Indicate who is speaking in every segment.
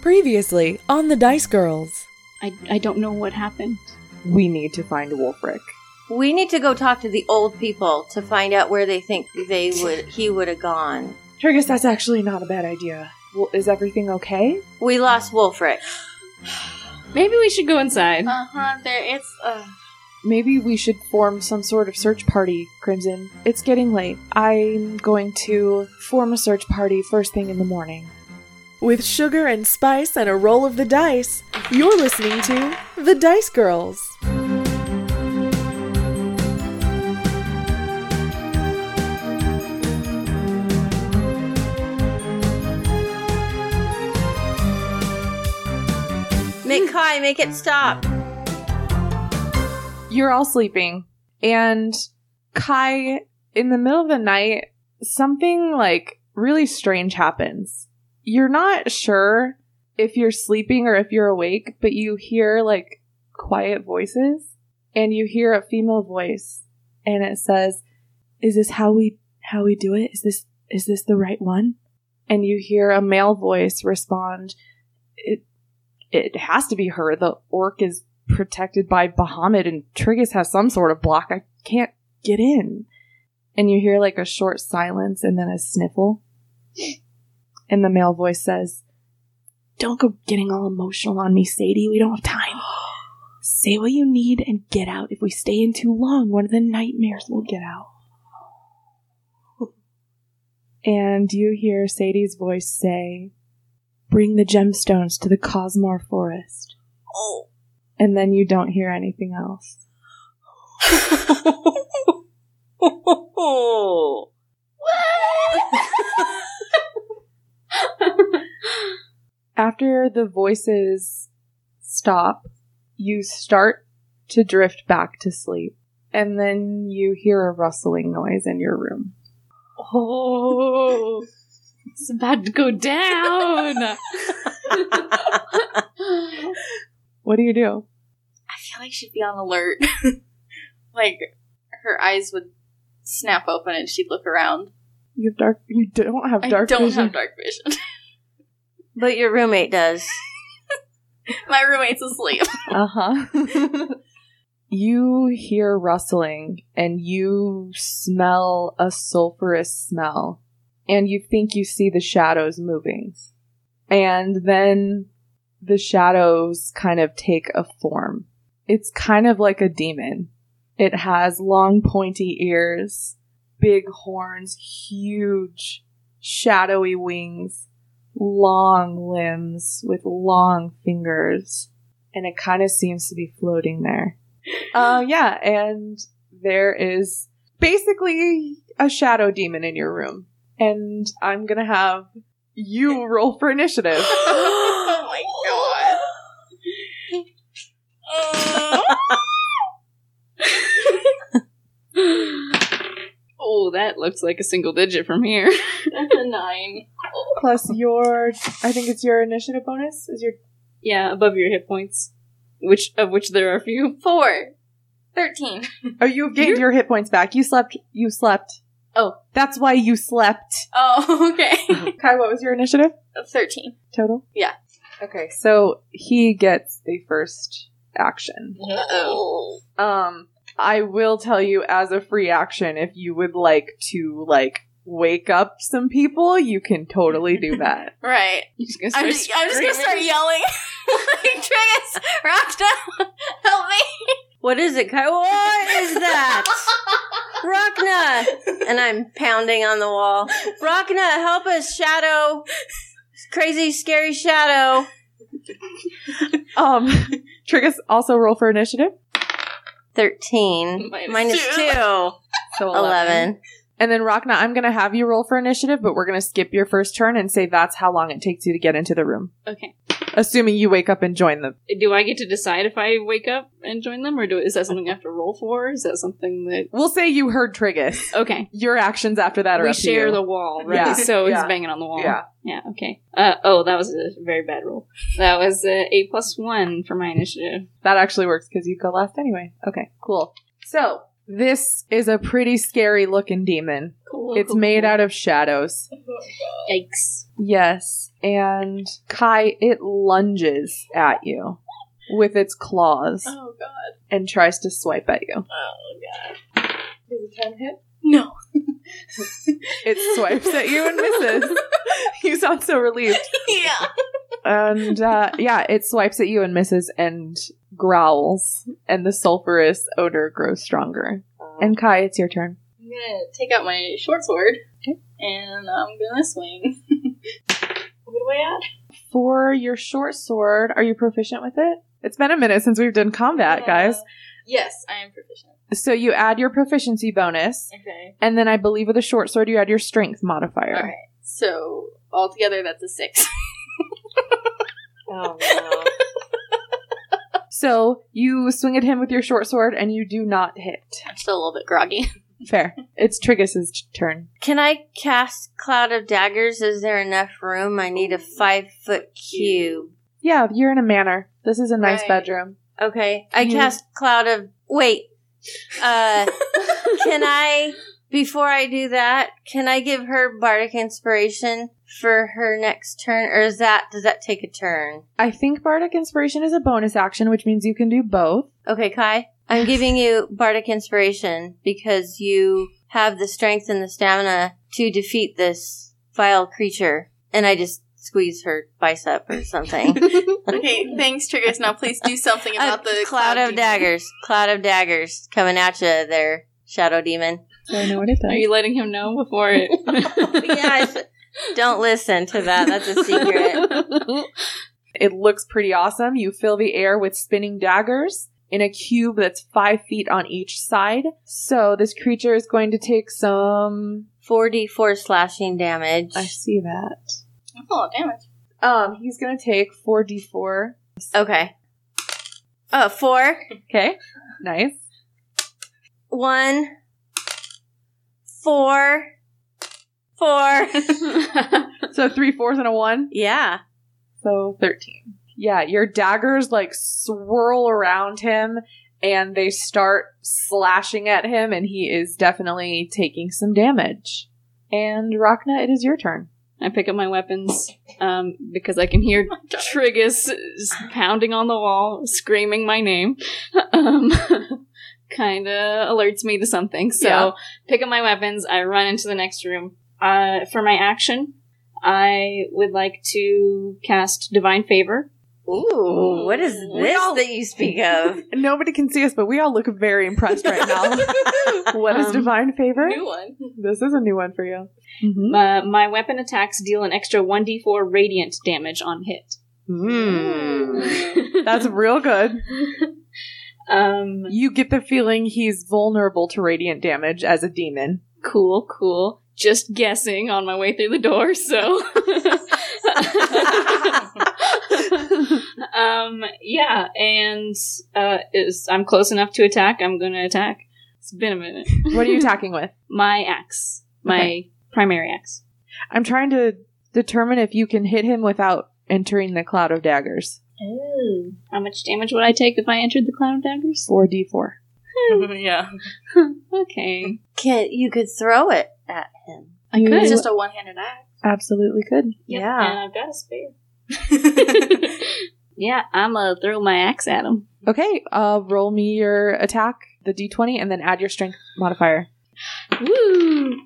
Speaker 1: Previously on the Dice Girls.
Speaker 2: I, I don't know what happened.
Speaker 3: We need to find Wolfric.
Speaker 4: We need to go talk to the old people to find out where they think they would he would have gone.
Speaker 3: Turgis, that's actually not a bad idea. Well, is everything okay?
Speaker 4: We lost Wolfric.
Speaker 2: Maybe we should go inside.
Speaker 4: Uh huh. There, it's. Uh...
Speaker 3: Maybe we should form some sort of search party, Crimson. It's getting late. I'm going to form a search party first thing in the morning.
Speaker 1: With sugar and spice and a roll of the dice, you're listening to The Dice Girls.
Speaker 4: Make Kai make it stop.
Speaker 3: You're all sleeping, and Kai, in the middle of the night, something like really strange happens. You're not sure if you're sleeping or if you're awake, but you hear like quiet voices, and you hear a female voice, and it says, "Is this how we how we do it? Is this is this the right one?" And you hear a male voice respond, "It it has to be her. The orc is protected by Bahamut, and Trigus has some sort of block. I can't get in. And you hear like a short silence and then a sniffle. And the male voice says, Don't go getting all emotional on me, Sadie. We don't have time. Say what you need and get out. If we stay in too long, one of the nightmares will get out. And you hear Sadie's voice say, Bring the gemstones to the Cosmore Forest
Speaker 4: Oh.
Speaker 3: and then you don't hear anything else. After the voices stop, you start to drift back to sleep, and then you hear a rustling noise in your room.
Speaker 2: Oh, it's about to go down.
Speaker 3: What do you do?
Speaker 5: I feel like she'd be on alert. like her eyes would snap open and she'd look around.
Speaker 3: You have dark. You don't have dark
Speaker 5: I don't
Speaker 3: vision.
Speaker 5: have dark vision.
Speaker 4: But your roommate does.
Speaker 5: My roommate's asleep.
Speaker 3: Uh huh. you hear rustling and you smell a sulfurous smell, and you think you see the shadows moving. And then the shadows kind of take a form. It's kind of like a demon. It has long, pointy ears, big horns, huge, shadowy wings, long limbs with long fingers and it kind of seems to be floating there. Uh, yeah, and there is basically a shadow demon in your room, and I'm gonna have you roll for initiative.
Speaker 5: oh my god.
Speaker 2: oh, that looks like a single digit from here.
Speaker 5: That's a nine.
Speaker 3: Plus your, I think it's your initiative bonus. Is your
Speaker 2: Yeah, above your hit points, which of which there are few.
Speaker 5: Four. Thirteen.
Speaker 3: oh you gained your hit points back. You slept. You slept.
Speaker 5: Oh.
Speaker 3: that's why you slept.
Speaker 5: Oh, okay.
Speaker 3: Kai, what was your initiative
Speaker 5: Thirteen.
Speaker 3: total?
Speaker 5: Yeah.
Speaker 3: Okay, so he gets the first action.
Speaker 5: Uh-oh.
Speaker 3: Um, I will tell you as a free action if you would like to like wake up some people, you can totally do that.
Speaker 5: Right.
Speaker 2: I'm just gonna
Speaker 5: I'm just, I'm just gonna start
Speaker 2: screaming.
Speaker 5: yelling. like, Trigus, Rakta, help me.
Speaker 4: What is it, Kai? What is that? Rachna! And I'm pounding on the wall. Rachna, help us, Shadow! Crazy, scary Shadow!
Speaker 3: um, Trigus also roll for initiative.
Speaker 4: 13.
Speaker 5: Minus
Speaker 4: Minus
Speaker 5: two.
Speaker 4: 2.
Speaker 3: So 11.
Speaker 4: 11.
Speaker 3: And then Rachna, I'm going to have you roll for initiative, but we're going to skip your first turn and say that's how long it takes you to get into the room,
Speaker 2: Okay.
Speaker 3: assuming you wake up and join them.
Speaker 2: Do I get to decide if I wake up and join them, or do is that something I have to roll for? Is that something that?
Speaker 3: We'll say you heard Trigus.
Speaker 2: Okay.
Speaker 3: Your actions after that are
Speaker 2: We
Speaker 3: up to
Speaker 2: share
Speaker 3: you.
Speaker 2: the wall, right?
Speaker 3: Yeah.
Speaker 2: So
Speaker 3: Yeah.
Speaker 2: he's banging on the wall.
Speaker 3: Yeah.
Speaker 2: Yeah. Okay. Uh, oh, that was a very bad roll. That was uh, eight plus one for my initiative.
Speaker 3: That actually works because you go last anyway. Okay, cool. So This is a pretty scary looking demon.
Speaker 2: Cool.
Speaker 3: It's made out of shadows.
Speaker 5: Yikes.
Speaker 3: Yes. And Kai, it lunges at you with its claws
Speaker 5: Oh god.
Speaker 3: and tries to swipe at you.
Speaker 5: Is it ten hit? No.
Speaker 3: It swipes at you and misses. you sound so relieved.
Speaker 5: yeah.
Speaker 3: And uh, yeah, it swipes at you and misses and growls, and the sulfurous odor grows stronger. And Kai, it's your turn.
Speaker 5: I'm gonna take out my short sword and I'm gonna swing. what do I add?
Speaker 3: For your short sword, are you proficient with it? It's been a minute since we've done combat, guys.
Speaker 5: Uh, yes, I am proficient.
Speaker 3: So you add your proficiency bonus,
Speaker 5: Okay.
Speaker 3: and then I believe with a short sword you add your strength modifier.
Speaker 5: Alright. So altogether that's a six.
Speaker 4: Oh no.
Speaker 3: So you swing at him with your short sword, and you do not hit.
Speaker 5: I'm still a little bit groggy.
Speaker 3: Fair. It's Trigus's turn.
Speaker 4: Can I cast Cloud of Daggers? Is there enough room? I need a five foot cube.
Speaker 3: Yeah, you're in a manor. This is a nice
Speaker 5: Right.
Speaker 3: bedroom.
Speaker 4: Okay. I
Speaker 3: Yeah.
Speaker 4: cast Cloud of. Wait. Uh, can I. Before I do that, can I give her bardic inspiration for her next turn, or is that does that take a turn?
Speaker 3: I think bardic inspiration is a bonus action, which means you can do both.
Speaker 4: Okay, Kai, I'm giving you bardic inspiration because you have the strength and the stamina to defeat this vile creature, and I just squeeze her bicep or something.
Speaker 5: okay, thanks, Triggers. Now please do something
Speaker 4: A
Speaker 5: about the
Speaker 4: cloud of
Speaker 5: demon.
Speaker 4: daggers, cloud of daggers coming at you there, shadow demon.
Speaker 3: So I know what it
Speaker 2: Are you letting him know before it?
Speaker 4: yes, don't listen to that. That's a secret.
Speaker 3: It looks pretty awesome. You fill the air with spinning daggers in a cube that's five feet on each side. So this creature is going to take some.
Speaker 4: Forty-four slashing damage.
Speaker 3: I see that.
Speaker 5: Oh, damage.
Speaker 3: Um, he's going to take four d4.
Speaker 4: Okay. Uh, four,
Speaker 3: Okay, nice.
Speaker 4: one, four, four.
Speaker 3: So three fours and a one.
Speaker 4: Yeah.
Speaker 3: So 13. Yeah, your daggers like swirl around him and they start slashing at him, and he is definitely taking some damage. And Rachna, it is your turn.
Speaker 2: I pick up my weapons um, because I can hear Trigus s- pounding on the wall, screaming my name. Um, kind of alerts me to something. So,
Speaker 3: Yeah.
Speaker 2: pick up my weapons. I run into the next room. Uh, for my action, I would like to cast Divine Favor.
Speaker 4: Ooh, what is this that you speak of?
Speaker 3: Nobody can see us, but we all look very impressed right now. what is
Speaker 2: Um,
Speaker 3: divine favor?
Speaker 5: New one.
Speaker 3: This is a new one for you. Mm-hmm.
Speaker 2: Uh, my weapon attacks deal an extra 1d4 radiant damage on hit. Hmm.
Speaker 3: Mm. That's real good.
Speaker 2: Um,
Speaker 3: You get the feeling he's vulnerable to radiant damage as a demon.
Speaker 2: cool, cool. Just guessing on my way through the door, so. um, yeah, and uh, is, I'm close enough to attack. I'm going to attack. It's been a minute.
Speaker 3: What are you attacking with?
Speaker 2: My axe, my
Speaker 3: Okay.
Speaker 2: primary axe.
Speaker 3: I'm trying to determine if you can hit him without entering the cloud of daggers.
Speaker 2: How much damage would I take if I entered the cloud of daggers?
Speaker 3: 4d4.
Speaker 5: yeah.
Speaker 2: Okay,
Speaker 4: Can you could throw it at him?
Speaker 2: I
Speaker 3: You-
Speaker 2: could.
Speaker 5: It's just a one handed act.
Speaker 3: Absolutely could.
Speaker 2: Yep,
Speaker 4: Yeah.
Speaker 2: and I've got a spare. yeah, I'm gonna throw my axe at him.
Speaker 3: Okay, uh, roll me your attack, the d20, and then add your strength modifier.
Speaker 2: Woo!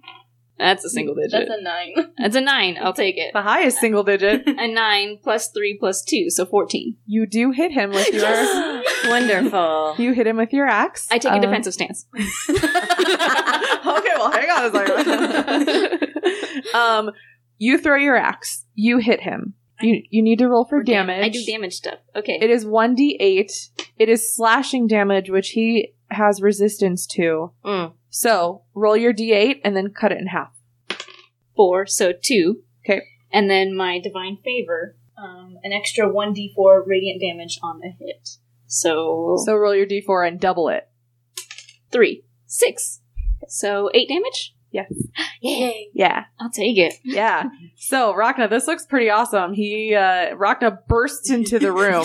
Speaker 2: That's a single digit.
Speaker 5: That's a nine.
Speaker 2: That's a nine. I'll take it.
Speaker 3: The highest single digit.
Speaker 2: A nine plus three plus two, so fourteen.
Speaker 3: you do hit him with your.
Speaker 4: Wonderful.
Speaker 3: You hit him with your axe.
Speaker 2: I take a
Speaker 3: Um,
Speaker 2: defensive stance.
Speaker 3: okay, well, hang on a second. um, you throw your axe. You hit him. You you need to roll for,
Speaker 2: For dam-
Speaker 3: damage.
Speaker 2: I do damage stuff. Okay.
Speaker 3: It is 1d8. It is slashing damage, which he has resistance to.
Speaker 4: Mm.
Speaker 3: So roll your d8 and then cut it in half.
Speaker 2: Four, so two.
Speaker 3: Okay.
Speaker 2: And then my divine favor, um, an extra one d four radiant damage on a hit. So,
Speaker 3: So roll your d4 and double it.
Speaker 2: three, six, so eight damage.
Speaker 3: Yes.
Speaker 2: Yay!
Speaker 3: Yeah.
Speaker 2: I'll take it.
Speaker 3: Yeah. so Rachna, this looks pretty awesome. He uh Rachna bursts into the room.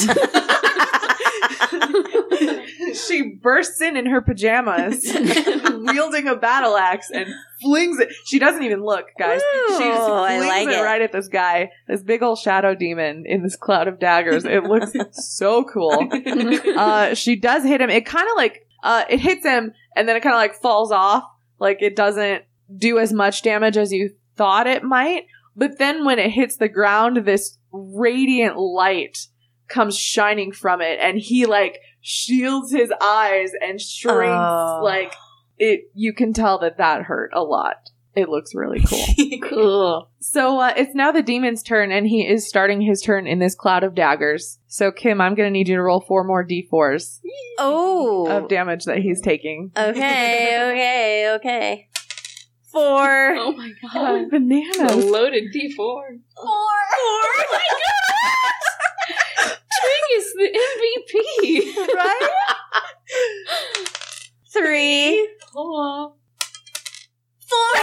Speaker 3: she bursts in in her pajamas, wielding a battle axe, and flings it. She doesn't even look, guys. she just
Speaker 4: Ooh, I
Speaker 3: flings
Speaker 4: like
Speaker 3: it,
Speaker 4: it.
Speaker 3: right at this guy, this big old shadow demon in this cloud of daggers. It looks so cool. Uh, she does hit him. It kind of like uh, it hits him, and then it kind of like falls off. Like it doesn't do as much damage as you thought it might. But then when it hits the ground, this radiant light comes shining from it, and he like shields his eyes and shrinks.
Speaker 4: Oh.
Speaker 3: Like it, you can tell that that hurt a lot. It looks really cool.
Speaker 2: cool.
Speaker 3: So uh, it's now the demon's turn, and he is starting his turn in this cloud of daggers. So Kim, I'm going to need you to roll four more d4s
Speaker 4: oh.
Speaker 3: of damage that he's taking.
Speaker 4: Okay, okay, okay. Four.
Speaker 2: Oh my god.
Speaker 3: Oh,
Speaker 2: A
Speaker 3: bananas!
Speaker 2: loaded D4. Twig is the MVP.
Speaker 3: right?
Speaker 4: Three.
Speaker 2: Oh,
Speaker 4: Four.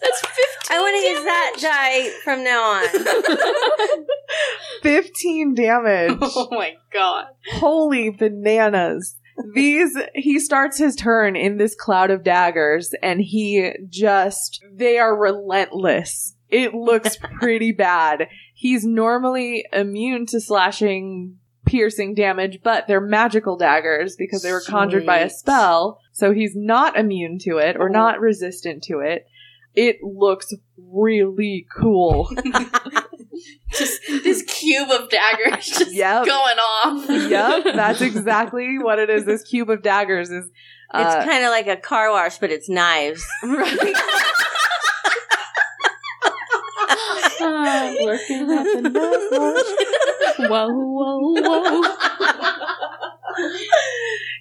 Speaker 2: that's
Speaker 4: I want to use that die from now on.
Speaker 3: 15 damage.
Speaker 5: oh my god.
Speaker 3: Holy bananas. These, he starts his turn in this cloud of daggers and he just, they are relentless. It looks pretty bad. He's normally immune to slashing, piercing damage, but they're magical daggers because they were conjured by a
Speaker 4: Sweet. Oh.
Speaker 3: spell. So he's not immune to it or not resistant to it. It looks really cool.
Speaker 5: Just this cube of daggers just
Speaker 3: Yep.
Speaker 5: going off.
Speaker 3: yep, that's exactly what it is. This cube of daggers is.
Speaker 4: it's
Speaker 3: Uh,
Speaker 4: kind of like a car wash, but it's knives.
Speaker 2: Uh, working at the knife. Whoa, whoa, whoa.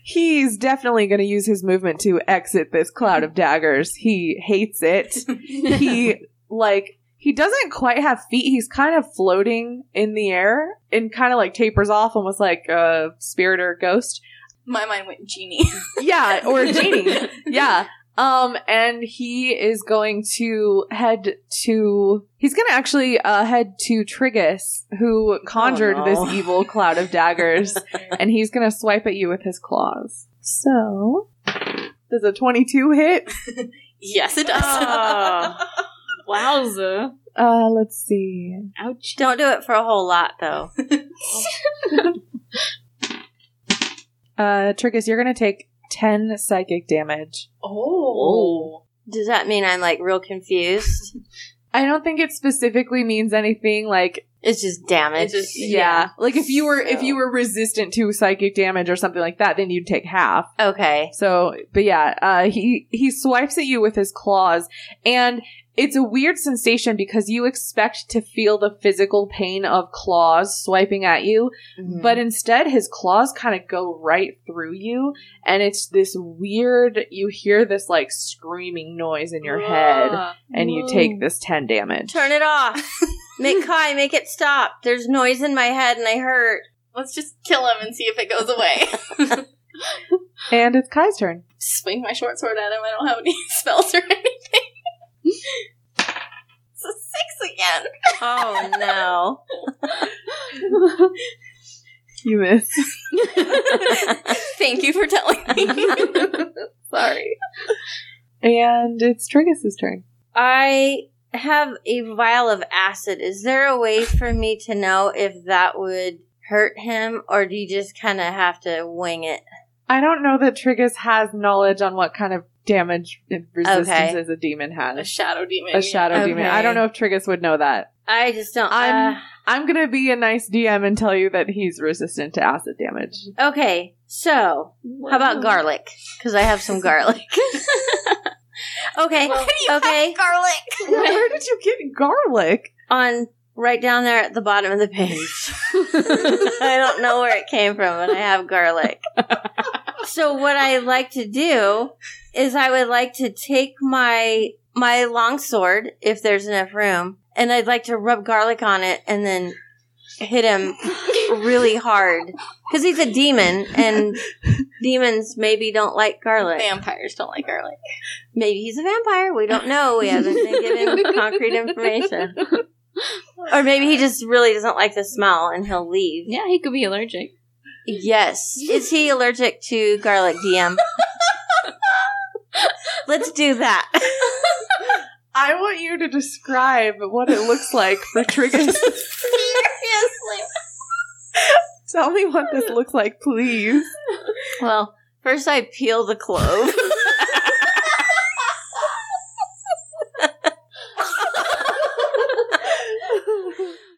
Speaker 3: he's definitely going to use his movement to exit this cloud of daggers. He hates it. he like he doesn't quite have feet. He's kind of floating in the air and kind of like tapers off, almost like a spirit or a ghost.
Speaker 5: My mind went genie.
Speaker 3: Yeah, or a genie. yeah. Um, and he is going to head to. He's going to actually uh, head to Trigus, who conjured
Speaker 4: no.
Speaker 3: this evil cloud of daggers, and he's going to swipe at you with his claws. So, does a twenty-two hit?
Speaker 5: yes, it does.
Speaker 2: Ah. Wowza.
Speaker 3: Uh, let's see.
Speaker 2: Ouch.
Speaker 4: Don't do it for a whole lot, though.
Speaker 3: Uh, Trigus, you're going to take ten psychic damage.
Speaker 5: oh.
Speaker 4: Does that mean I'm like real confused?
Speaker 3: I don't think it specifically means anything like
Speaker 4: It's just damage.
Speaker 5: It's just-
Speaker 3: yeah.
Speaker 5: Yeah.
Speaker 3: Like if you were if
Speaker 5: So-
Speaker 3: you were resistant to psychic damage or something like that, then you'd take half.
Speaker 4: okay.
Speaker 3: So, but yeah, uh, he he swipes at you with his claws, and it's a weird sensation because you expect to feel the physical pain of claws swiping at you, but instead his claws kind of go right through you, and it's this weird. You hear this like screaming noise in your head, and you take this ten damage.
Speaker 4: turn it off. make Kai make it stop. There's noise in my head and I hurt.
Speaker 5: Let's just kill him and see if it goes away.
Speaker 3: And it's Kai's turn.
Speaker 5: Swing my short sword at him. I don't have any spells or anything. it's a six again.
Speaker 4: Oh no.
Speaker 3: You miss.
Speaker 5: Thank you for telling me.
Speaker 3: Sorry. And it's Trigus' turn.
Speaker 4: I have a vial of acid. Is there a way for me to know if that would hurt him or do you just kind of have to wing it?
Speaker 3: I don't know that Trigus has knowledge on what kind of damage and resistance
Speaker 4: Okay.
Speaker 3: as a demon
Speaker 5: a
Speaker 3: has.
Speaker 5: shadow demon.
Speaker 3: A shadow
Speaker 4: Okay.
Speaker 3: demon. I don't know if Trigus would know that.
Speaker 4: I just don't.
Speaker 3: I'm-
Speaker 4: uh,
Speaker 3: I'm gonna be a nice DM and tell you that he's resistant to acid damage.
Speaker 4: okay, so how about garlic? Because I have some garlic. okay, okay.
Speaker 5: Garlic.
Speaker 3: Yeah, where did you get garlic?
Speaker 4: on right down there at the bottom of the page. I don't know where it came from, but I have garlic. so what I like to do is I would like to take my my longsword if there's enough room, and I'd like to rub garlic on it and then hit him really hard because he's a demon and demons maybe don't like garlic.
Speaker 5: Vampires don't like garlic.
Speaker 4: Maybe he's a vampire. We don't know. We haven't been given concrete information. Or maybe he just really doesn't like the smell and he'll leave.
Speaker 2: Yeah, he could be allergic.
Speaker 4: Yes. Is he allergic to garlic, DM? Let's do that.
Speaker 3: I want you to describe what it looks like for Trigus.
Speaker 5: Seriously.
Speaker 3: Tell me what this looks like, please.
Speaker 4: Well, first I peel the clove.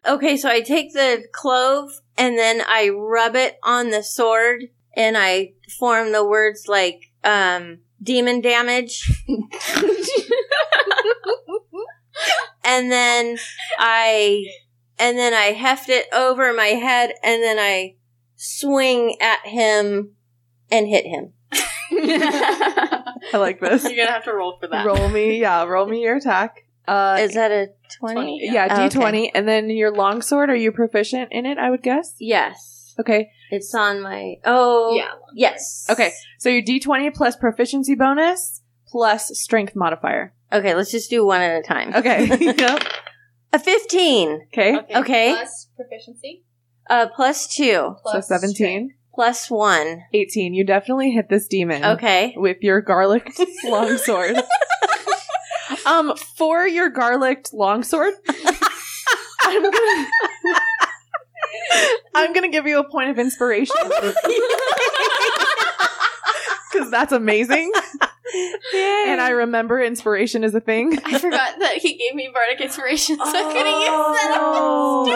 Speaker 4: okay, so I take the clove and then I rub it on the sword and I form the words like um, demon damage. and then I and then I heft it over my head and then I swing at him and hit him.
Speaker 3: I like this.
Speaker 5: You're gonna have to roll for that.
Speaker 3: Roll me, yeah, roll me your attack. Uh,
Speaker 4: Is that a 20?
Speaker 5: 20, yeah.
Speaker 3: yeah,
Speaker 4: Oh, okay.
Speaker 3: D twenty, and then your longsword. Are you proficient in it? I would guess.
Speaker 4: Yes.
Speaker 3: Okay,
Speaker 4: It's on my. Oh.
Speaker 5: Yeah.
Speaker 4: Yes.
Speaker 3: okay. So your D twenty plus proficiency bonus plus strength modifier.
Speaker 4: Okay, let's just do one at a time.
Speaker 3: Okay, yep.
Speaker 4: A 15.
Speaker 3: Okay,
Speaker 4: Okay.
Speaker 5: Plus proficiency.
Speaker 4: Uh, plus two.
Speaker 3: so 17,
Speaker 4: Plus one.
Speaker 3: 18. You definitely hit this demon.
Speaker 4: Okay.
Speaker 3: with your garlic longsword. um, for your garlic longsword, I'm gonna I'm gonna give you a point of inspiration because that's amazing, and I remember inspiration is a thing.
Speaker 5: I forgot that he gave me bardic inspiration, so I couldn't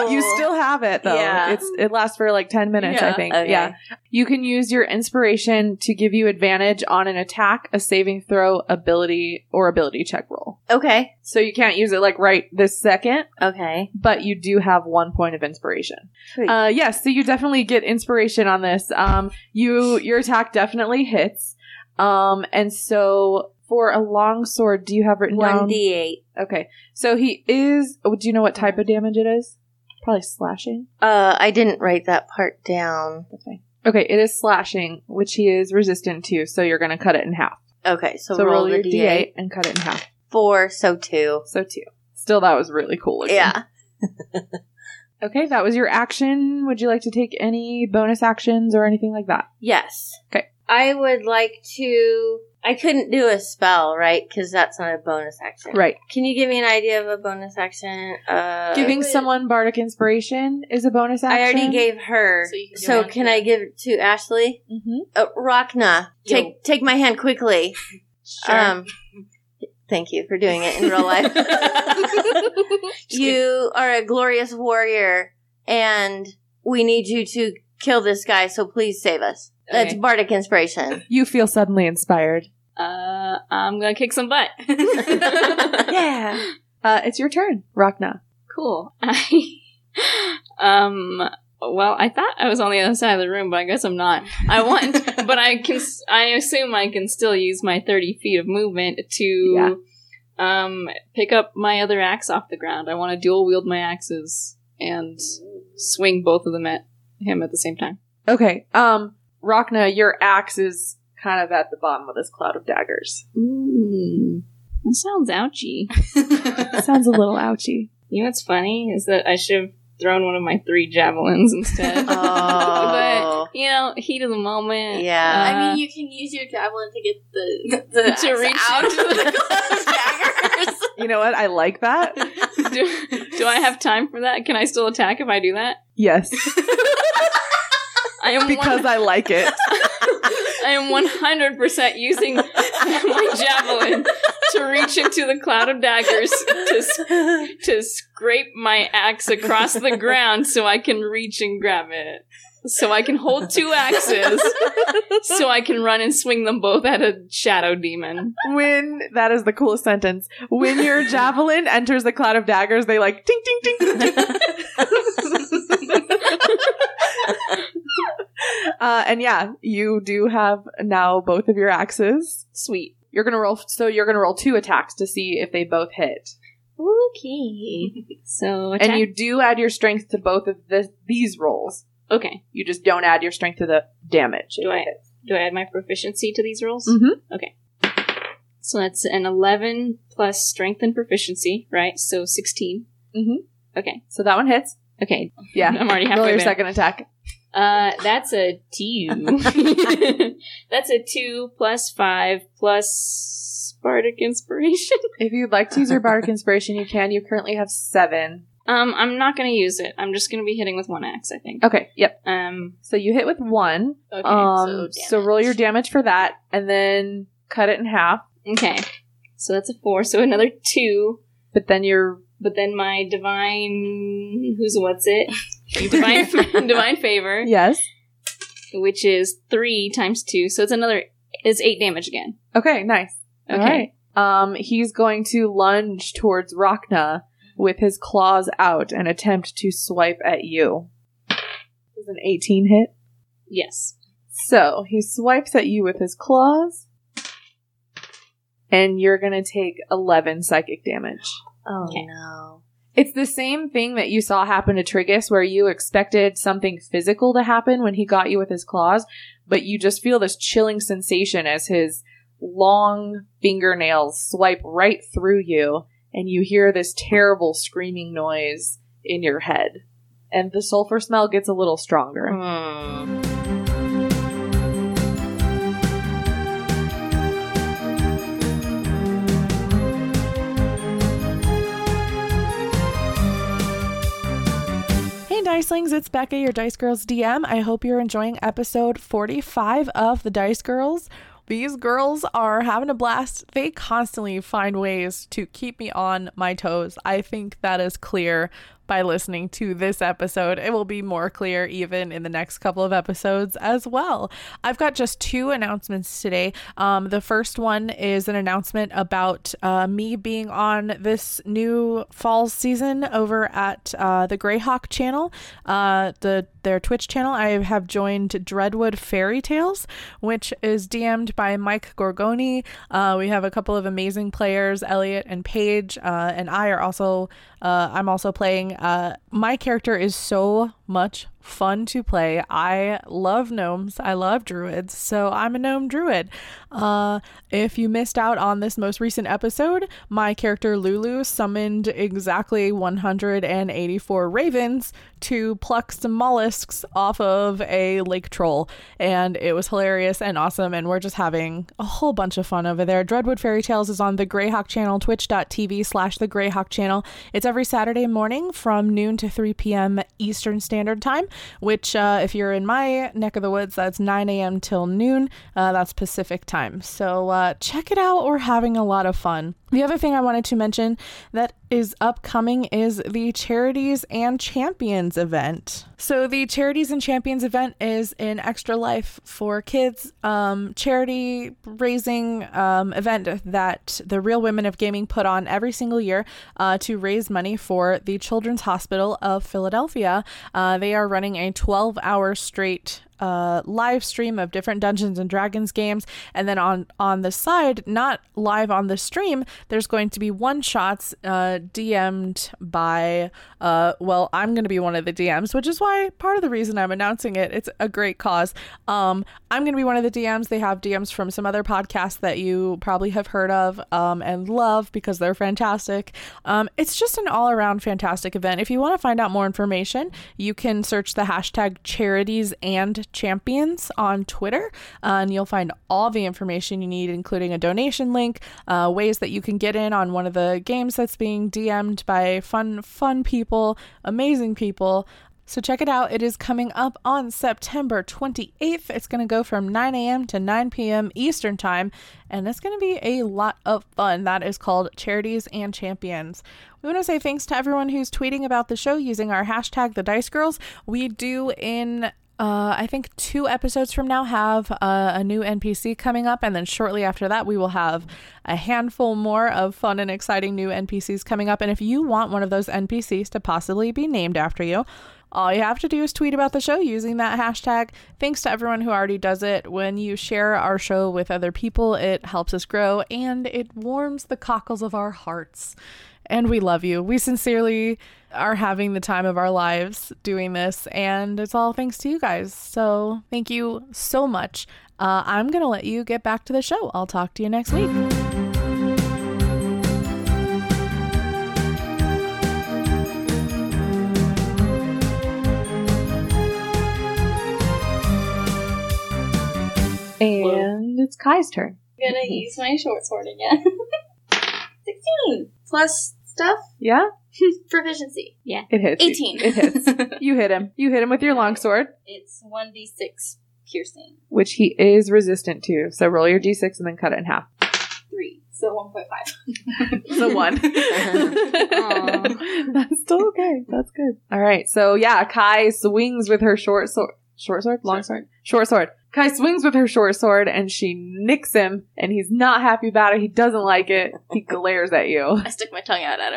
Speaker 5: use that.
Speaker 3: you still have it though.
Speaker 4: Oh. Yeah.
Speaker 3: It's it lasts for like ten minutes, I
Speaker 2: Yeah.
Speaker 3: think.
Speaker 4: Okay.
Speaker 3: Yeah, you can use your inspiration to give you advantage on an attack, a saving throw, ability, or ability check roll.
Speaker 4: Okay.
Speaker 3: So you can't use it like right this second,
Speaker 4: Okay.
Speaker 3: but you do have one point of inspiration.
Speaker 4: Sweet.
Speaker 3: Uh, yes, so you definitely get inspiration on this. Um, you your attack definitely hits. Um, and so for a long sword, do you have written down?
Speaker 4: One D8.
Speaker 3: Okay, so he is. Oh, do you know what type of damage it is? Probably slashing.
Speaker 4: Uh, I didn't write that part down.
Speaker 3: Okay. Okay, it is slashing, which he is resistant to. So you're going to cut it in half.
Speaker 4: Okay, so,
Speaker 3: So,
Speaker 4: roll,
Speaker 3: roll,
Speaker 4: the
Speaker 3: your
Speaker 4: D8.
Speaker 3: d8 and cut it in half.
Speaker 4: Four, so two.
Speaker 3: So two. Still, that was really cool. looking.
Speaker 4: Yeah.
Speaker 3: Okay, that was your action. Would you like to take any bonus actions or anything like that?
Speaker 4: Yes.
Speaker 3: Okay.
Speaker 4: I would like to. I couldn't do a spell, right? Because that's not a bonus action.
Speaker 3: Right.
Speaker 4: Can you give me an idea of a bonus action? Uh,
Speaker 3: Giving someone bardic inspiration is a bonus action.
Speaker 4: I already gave her.
Speaker 5: So you can give
Speaker 4: So,
Speaker 5: it
Speaker 4: can
Speaker 5: to-
Speaker 4: I give it to Ashley?
Speaker 3: Mhm.
Speaker 4: Uh, Rachna,
Speaker 2: Yo.
Speaker 4: take take my hand quickly.
Speaker 5: Sure.
Speaker 4: Um, thank you for doing it in real life. you are a glorious warrior, and we need you to kill this guy. So please save us. That's
Speaker 2: Okay.
Speaker 4: bardic inspiration.
Speaker 3: You feel suddenly inspired.
Speaker 2: Uh, I'm gonna kick some butt.
Speaker 3: yeah. Uh, it's your turn, Rachna.
Speaker 2: cool. I, um, well, I thought I was on the other side of the room, but I guess I'm not. I want, but I can. s- I assume I can still use my 30 feet of movement
Speaker 3: Yeah.
Speaker 2: to, um, pick up my other axe off the ground. I want to dual wield my axes and swing both of them at him at the same time.
Speaker 3: Okay. Um, Rachna, your axe is kind of at the bottom of this cloud of daggers.
Speaker 2: Ooh, that sounds ouchy.
Speaker 3: Sounds a little ouchy.
Speaker 2: You know what's funny is that I should have thrown one of my three javelins instead.
Speaker 4: Oh.
Speaker 2: But you know, heat of the moment. uh,
Speaker 4: Yeah.
Speaker 5: I mean, you can use your javelin to get the the,
Speaker 2: To
Speaker 5: axe
Speaker 2: reach
Speaker 5: out of
Speaker 2: into
Speaker 5: the
Speaker 2: the-
Speaker 5: closed daggers.
Speaker 3: You know what? I like that.
Speaker 2: do, do I have time for that? Can I still attack if I do that?
Speaker 3: Yes,
Speaker 2: I am
Speaker 3: because
Speaker 2: one,
Speaker 3: I like it.
Speaker 2: I am one hundred percent using my javelin to reach into the cloud of daggers to s- to scrape my axe across the ground so I can reach and grab it. So I can hold two axes. So I can run and swing them both at a shadow demon.
Speaker 3: when that is the coolest sentence. When your javelin enters the cloud of daggers, they like ting ting ting. ting, ting. uh, and yeah, you do have now both of your axes.
Speaker 2: Sweet.
Speaker 3: You're gonna roll. So you're gonna roll two attacks to see if they both hit,
Speaker 2: Okay. So attack.
Speaker 3: and you do add your strength to both of this, these rolls.
Speaker 2: okay.
Speaker 3: You just don't add your strength to the damage.
Speaker 2: Do I do I add my proficiency to these rolls?
Speaker 3: Mhm.
Speaker 2: Okay. So that's an eleven plus strength and proficiency, right? So 16
Speaker 3: Mhm.
Speaker 2: Okay.
Speaker 6: So that one hits.
Speaker 2: Okay.
Speaker 6: Yeah.
Speaker 2: I'm already
Speaker 6: Roll
Speaker 2: halfway
Speaker 6: your
Speaker 2: there.
Speaker 6: second attack.
Speaker 2: Uh, that's a two. that's a two plus five plus Bardic Inspiration.
Speaker 6: If you'd like to use your bardic inspiration, you can. You currently have seven.
Speaker 2: Um, I'm not gonna use it. I'm just gonna be hitting with one axe, I think.
Speaker 6: Okay. Yep.
Speaker 2: Um,
Speaker 6: So you hit with one.
Speaker 2: okay.
Speaker 6: um.
Speaker 2: so
Speaker 6: So, roll your damage for that, and then cut it in half.
Speaker 2: da- okay. So that's a four. So another two.
Speaker 6: But then you're
Speaker 2: But then my divine, who's what's it? Divine, divine favor,
Speaker 6: yes.
Speaker 2: which is three times two. So it's another. It's eight damage again.
Speaker 6: Okay. Nice.
Speaker 2: Okay.
Speaker 6: All right. Um. He's going to lunge towards Rachna with his claws out and attempt to swipe at you. Is an eighteen hit?
Speaker 2: Yes.
Speaker 6: So he swipes at you with his claws, and you're gonna take 11 psychic damage.
Speaker 4: Oh
Speaker 2: Okay.
Speaker 4: no.
Speaker 6: It's the same thing that you saw happen to Trigus, where you expected something physical to happen when he got you with his claws, but you just feel this chilling sensation as his long fingernails swipe right through you, and you hear this terrible screaming noise in your head. And the sulfur smell gets a little stronger.
Speaker 4: Hmm.
Speaker 3: Hey, Dicelings, it's Becca, your Dice Girls DM. I hope you're enjoying episode 45 of The Dice Girls. These girls are having a blast. They constantly find ways to keep me on my toes. I think that is clear by listening to this episode. It will be more clear even in the next couple of episodes as well. I've got just two announcements today. Um, the first one is an announcement about uh, me being on this new fall season over at uh, the Greyhawk channel, uh, the their Twitch channel. I have joined Dreadwood Fairy Tales, which is DM'd by Mike Gorgoni. Uh, we have a couple of amazing players, Elliot and Paige, uh, and I are also. Uh, I'm also playing. Uh, my character is so much fun to play. I love gnomes. I love druids. So I'm a gnome druid. Uh, if you missed out on this most recent episode, my character Lulu summoned exactly 184 ravens to pluck some mollusks off of a lake troll. And it was hilarious and awesome. And we're just having a whole bunch of fun over there. Dreadwood Fairy Tales is on the Greyhawk channel, twitch.tv slash the Greyhawk channel. It's every Saturday morning from noon to 3 p.m. Eastern Standard Time, which, uh, if you're in my neck of the woods, that's 9 a.m. till noon. Uh, that's Pacific time. So uh, check it out. We're having a lot of fun. The other thing I wanted to mention that is upcoming is the Charities and Champions event. So, the Charities and Champions event is an extra life for kids um, charity raising um, event that the Real Women of Gaming put on every single year uh, to raise money for the Children's Hospital of Philadelphia. Uh, they are running a 12 hour straight uh, live stream of different Dungeons and Dragons games, and then on on the side, not live on the stream, there's going to be one shots uh, DM'd by uh, well, I'm going to be one of the DMs, which is why part of the reason I'm announcing it. It's a great cause. Um, I'm going to be one of the DMs. They have DMs from some other podcasts that you probably have heard of um, and love because they're fantastic. Um, it's just an all around fantastic event. If you want to find out more information, you can search the hashtag charities and champions on Twitter, uh, and you'll find all the information you need, including a donation link, uh, ways that you can get in on one of the games that's being DM'd by fun, fun people, amazing people. So check it out. It is coming up on September 28th. It's going to go from 9 a.m. to 9 p.m. Eastern Time, and it's going to be a lot of fun. That is called Charities and Champions. We want to say thanks to everyone who's tweeting about the show using our hashtag The Dice Girls. We do in uh, I think two episodes from now have uh, a new NPC coming up, and then shortly after that, we will have a handful more of fun and exciting new NPCs coming up. And if you want one of those NPCs to possibly be named after you, all you have to do is tweet about the show using that hashtag. Thanks to everyone who already does it. When you share our show with other people, it helps us grow and it warms the cockles of our hearts and we love you. We sincerely are having the time of our lives doing this, and it's all thanks to you guys. So, thank you so much. Uh, I'm going to let you get back to the show. I'll talk to you next week. Kai's turn. Mm-hmm.
Speaker 5: I'm gonna use my short sword again. 16 plus stuff
Speaker 3: Yeah,
Speaker 5: proficiency.
Speaker 3: it hits. you.
Speaker 5: 18.
Speaker 3: It hits. You hit him. You hit him with your longsword,
Speaker 5: it's 1d6 piercing.
Speaker 3: which he is resistant to. So roll your d6 and then cut it in half.
Speaker 5: 3. So 1.5.
Speaker 3: The one.
Speaker 4: Uh-huh.
Speaker 2: Aw.
Speaker 3: That's still okay. That's good. All right. So yeah, Kai swings with her short sword. Short sword? Long sword? Short sword. Kai swings with her short sword and she nicks him and he's not happy about it. He doesn't like it. He glares at you.
Speaker 5: I stick my tongue out at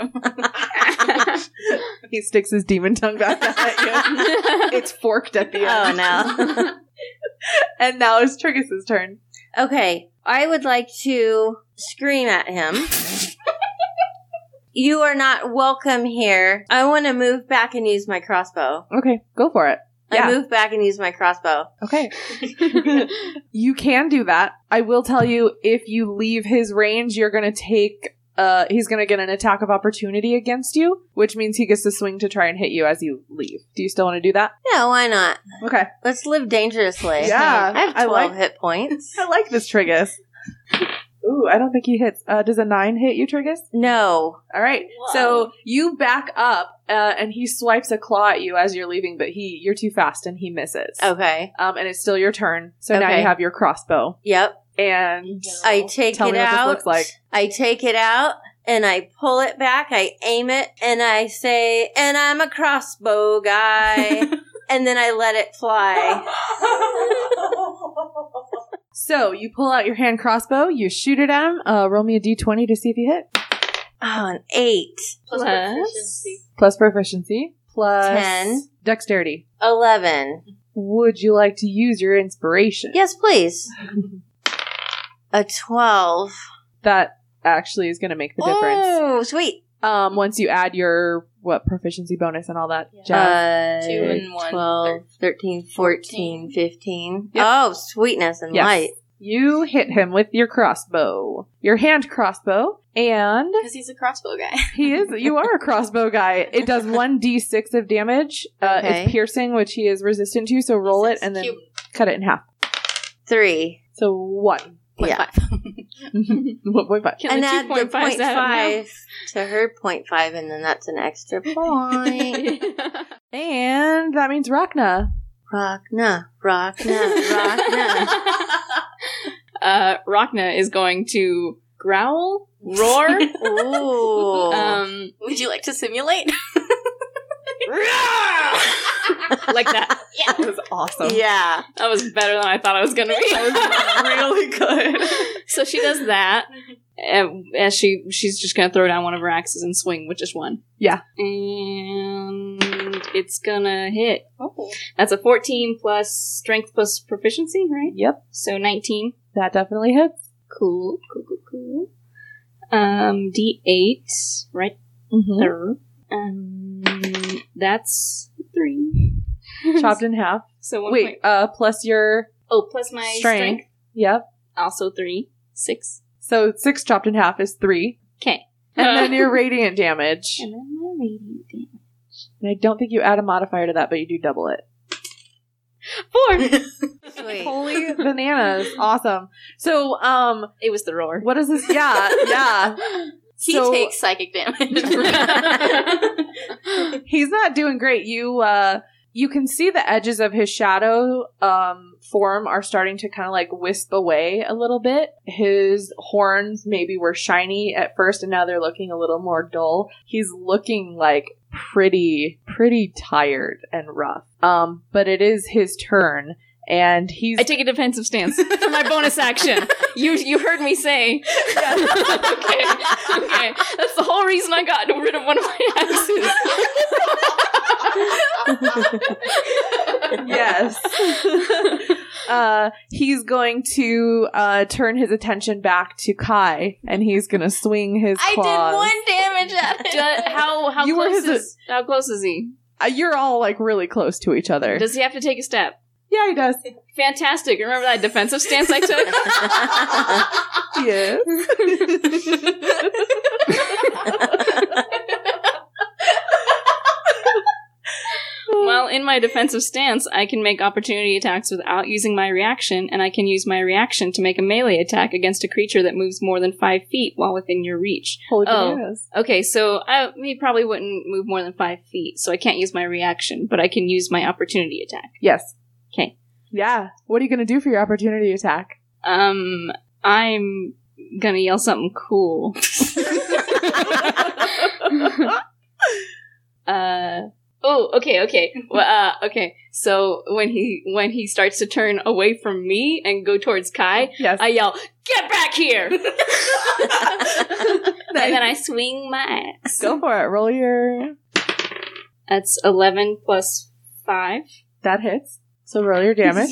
Speaker 5: him.
Speaker 3: He sticks his demon tongue back out at you. It's forked at the end.
Speaker 4: oh no.
Speaker 3: And now it's Trigus' turn.
Speaker 4: Okay, I would like to scream at him. you are not welcome here. I want to move back and use my crossbow.
Speaker 3: Okay, go for it. Yeah.
Speaker 4: I move back and use my crossbow.
Speaker 3: Okay. you can do that. I will tell you if you leave his range, you're going to take uh he's going to get an attack of opportunity against you, which means he gets to swing to try and hit you as you leave. Do you still want to do that?
Speaker 4: Yeah, why not?
Speaker 3: Okay.
Speaker 4: Let's live dangerously.
Speaker 3: Yeah,
Speaker 4: I have
Speaker 3: I
Speaker 4: 12
Speaker 3: like-
Speaker 4: hit points.
Speaker 3: I like this Trigus. Ooh, I don't think he hits. Uh, does a nine hit you, Trigus?
Speaker 4: No.
Speaker 3: All right. So you back up, uh, and he swipes a claw at you as you're leaving, but he you're too fast, and he misses.
Speaker 4: Okay.
Speaker 3: Um, and it's still your turn. So now
Speaker 4: Oh. Okay.
Speaker 3: you have your crossbow,
Speaker 4: Yep.
Speaker 3: and
Speaker 4: I take
Speaker 3: Tell
Speaker 4: it
Speaker 3: me what this
Speaker 4: out.
Speaker 3: looks like.
Speaker 4: I take it out and I pull it back. I aim it and I say, "And I'm a crossbow guy." and then I let it fly.
Speaker 3: So you pull out your hand crossbow, you shoot it at him. Uh, roll me a d20 to see if you hit.
Speaker 4: Oh, an eight.
Speaker 5: Plus
Speaker 2: Plus-
Speaker 5: proficiency.
Speaker 3: Plus proficiency, plus
Speaker 4: Ten.
Speaker 3: dexterity.
Speaker 4: 11.
Speaker 3: Would you like to use your inspiration?
Speaker 4: Yes, please. A 12.
Speaker 3: That actually is going to make the difference.
Speaker 4: Oh, sweet.
Speaker 3: Um, once you add your what proficiency bonus and all that
Speaker 5: Yeah.
Speaker 3: jazz.
Speaker 4: Uh,
Speaker 5: Two and one.
Speaker 4: 12, 13, 14, 15. Oh, sweetness and
Speaker 3: Yes.
Speaker 4: light.
Speaker 3: you hit him with your crossbow, your hand crossbow, and
Speaker 5: Because he's a crossbow guy.
Speaker 3: He is. You are a crossbow guy. It does one d six of damage. Uh,
Speaker 4: Okay.
Speaker 3: It's piercing, which he is resistant to. So roll it
Speaker 5: Six
Speaker 3: and then
Speaker 5: cube.
Speaker 3: cut it in half.
Speaker 4: Three.
Speaker 3: So one.
Speaker 5: Point
Speaker 4: yeah.
Speaker 5: five.
Speaker 3: One point five.
Speaker 4: and
Speaker 2: the
Speaker 4: add the
Speaker 2: 2.5
Speaker 4: point
Speaker 2: 's out
Speaker 4: five to her point five, and then that's an extra point.
Speaker 2: now.
Speaker 3: And that means Rachna.
Speaker 4: rock, nah, rock, nah, rock, nah.
Speaker 2: uh, Rachna is going to growl, roar,
Speaker 4: Ooh.
Speaker 2: um,
Speaker 5: Would you like to simulate?
Speaker 2: like that.
Speaker 5: yeah.
Speaker 3: That was awesome.
Speaker 4: yeah.
Speaker 2: That was better than I thought I was going to be.
Speaker 3: really good.
Speaker 2: so she does that, and, and she she's just going to throw down one of her axes and swing, which is one.
Speaker 3: Yeah.
Speaker 2: and it's gonna hit.
Speaker 5: Oh.
Speaker 2: That's a fourteen plus strength plus proficiency, right?
Speaker 3: Yep,
Speaker 2: So nineteen.
Speaker 3: that definitely hits.
Speaker 2: Cool, cool, cool, cool. Um, D eight, right
Speaker 3: Mm-hmm.
Speaker 2: there. Um, that's three.
Speaker 3: Chopped in half.
Speaker 2: So one
Speaker 3: Wait,
Speaker 2: point.
Speaker 3: uh, plus your
Speaker 2: Oh, plus my strength.
Speaker 3: strength. Yep.
Speaker 2: also three, six.
Speaker 3: So six chopped in half is three,
Speaker 2: Okay,
Speaker 3: and then your radiant damage.
Speaker 2: and then my radiant damage.
Speaker 3: And I don't think you add a modifier to that, but you do double it.
Speaker 2: Four.
Speaker 4: Sweet.
Speaker 3: Holy bananas! Awesome. So, um,
Speaker 2: it was the roar.
Speaker 3: What is this? Yeah, yeah.
Speaker 5: He
Speaker 3: So-
Speaker 5: takes psychic damage.
Speaker 3: He's not doing great. You uh you can see the edges of his shadow um form are starting to kind of like wisp away a little bit. His horns maybe were shiny at first and now they're looking a little more dull. He's looking like pretty pretty tired and rough. Um but it is his turn and he's
Speaker 2: I take a defensive stance for my bonus action. You you heard me say. okay, okay. That's the whole reason I got rid of one of my axes.
Speaker 3: yes. uh, he's going to uh, turn his attention back to Kai, and he's going to swing his
Speaker 5: I did
Speaker 3: claws.
Speaker 5: one damage at
Speaker 2: Do-
Speaker 5: it.
Speaker 2: how how
Speaker 3: You were
Speaker 2: close
Speaker 3: his-
Speaker 2: is how close is he?
Speaker 3: Uh, you're all like really close to each other.
Speaker 2: Does he have to take a step?
Speaker 3: yeah, he does.
Speaker 2: Fantastic! Remember that defensive stance I took?
Speaker 3: Yes.
Speaker 2: well, While in my defensive stance, I can make opportunity attacks without using my reaction, and I can use my reaction to make a melee attack against a creature that moves more than five feet while within your reach.
Speaker 3: Holy
Speaker 2: Oh.
Speaker 3: bananas.
Speaker 2: Okay, so I he probably wouldn't move more than five feet, so I can't use my reaction, but I can use my opportunity attack.
Speaker 3: Yes.
Speaker 2: 'Kay.
Speaker 3: Yeah. What are you going to do for your opportunity attack?
Speaker 2: Um, I'm gonna yell something cool. uh oh okay okay well, uh, okay so when he when he starts to turn away from me and go towards kai
Speaker 3: Yes.
Speaker 2: i yell get back here and then i swing my axe
Speaker 3: Go for it. Roll your.
Speaker 2: that's 11 plus 5
Speaker 3: That hits. So roll your damage.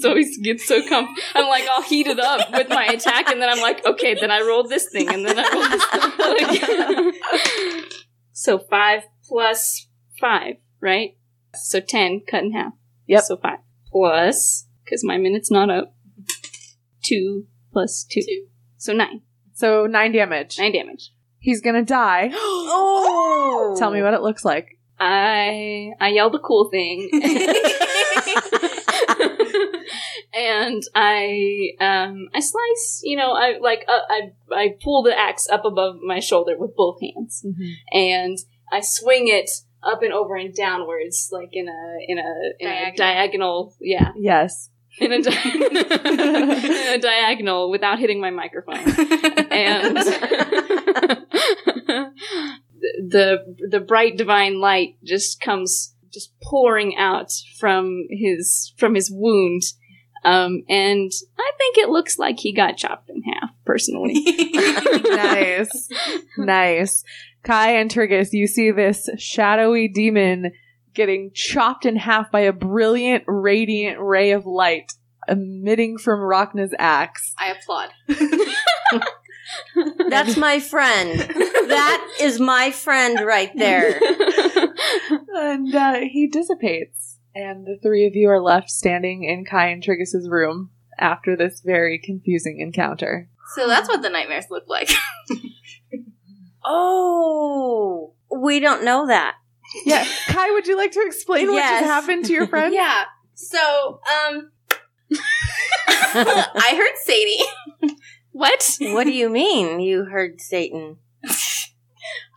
Speaker 2: so he gets so comf- i'm like all heated up with my attack and then i'm like okay then i rolled this thing and then i rolled this thing. so 5 plus 5 right so 10 cut in half
Speaker 3: Yep.
Speaker 2: so 5 plus because my minute's not up 2 plus 2, so 9
Speaker 3: so nine damage.
Speaker 2: 9 damage
Speaker 3: He's going to die.
Speaker 4: oh!
Speaker 3: Tell me what it looks like.
Speaker 2: I I yell the cool thing, and I um I slice. You know, I like uh, I I pull the axe up above my shoulder with both hands, and I swing it up and over and downwards, like in a in a in a diagonal, yeah,
Speaker 3: Yes.
Speaker 2: in a, di- in a diagonal without hitting my microphone and the the bright divine light just comes just pouring out from his from his wound um, and I think it looks like he got chopped in half personally
Speaker 3: nice. Nice. Kai and Turgis, you see this shadowy demon getting chopped in half by a brilliant, radiant ray of light emitting from Rachna's axe.
Speaker 5: I applaud.
Speaker 4: That's my friend. That is my friend right there.
Speaker 3: And uh, he dissipates. And the three of you are left standing in Kai and Turgis's room after this very confusing encounter.
Speaker 5: So that's what the nightmares look like.
Speaker 4: Oh, we don't know that.
Speaker 3: Yeah. Kai, would you like to explain what
Speaker 4: Yes.
Speaker 3: just happened to your friend?
Speaker 5: yeah. So, um, I heard Sadie.
Speaker 2: what
Speaker 4: What do you mean you heard Satan?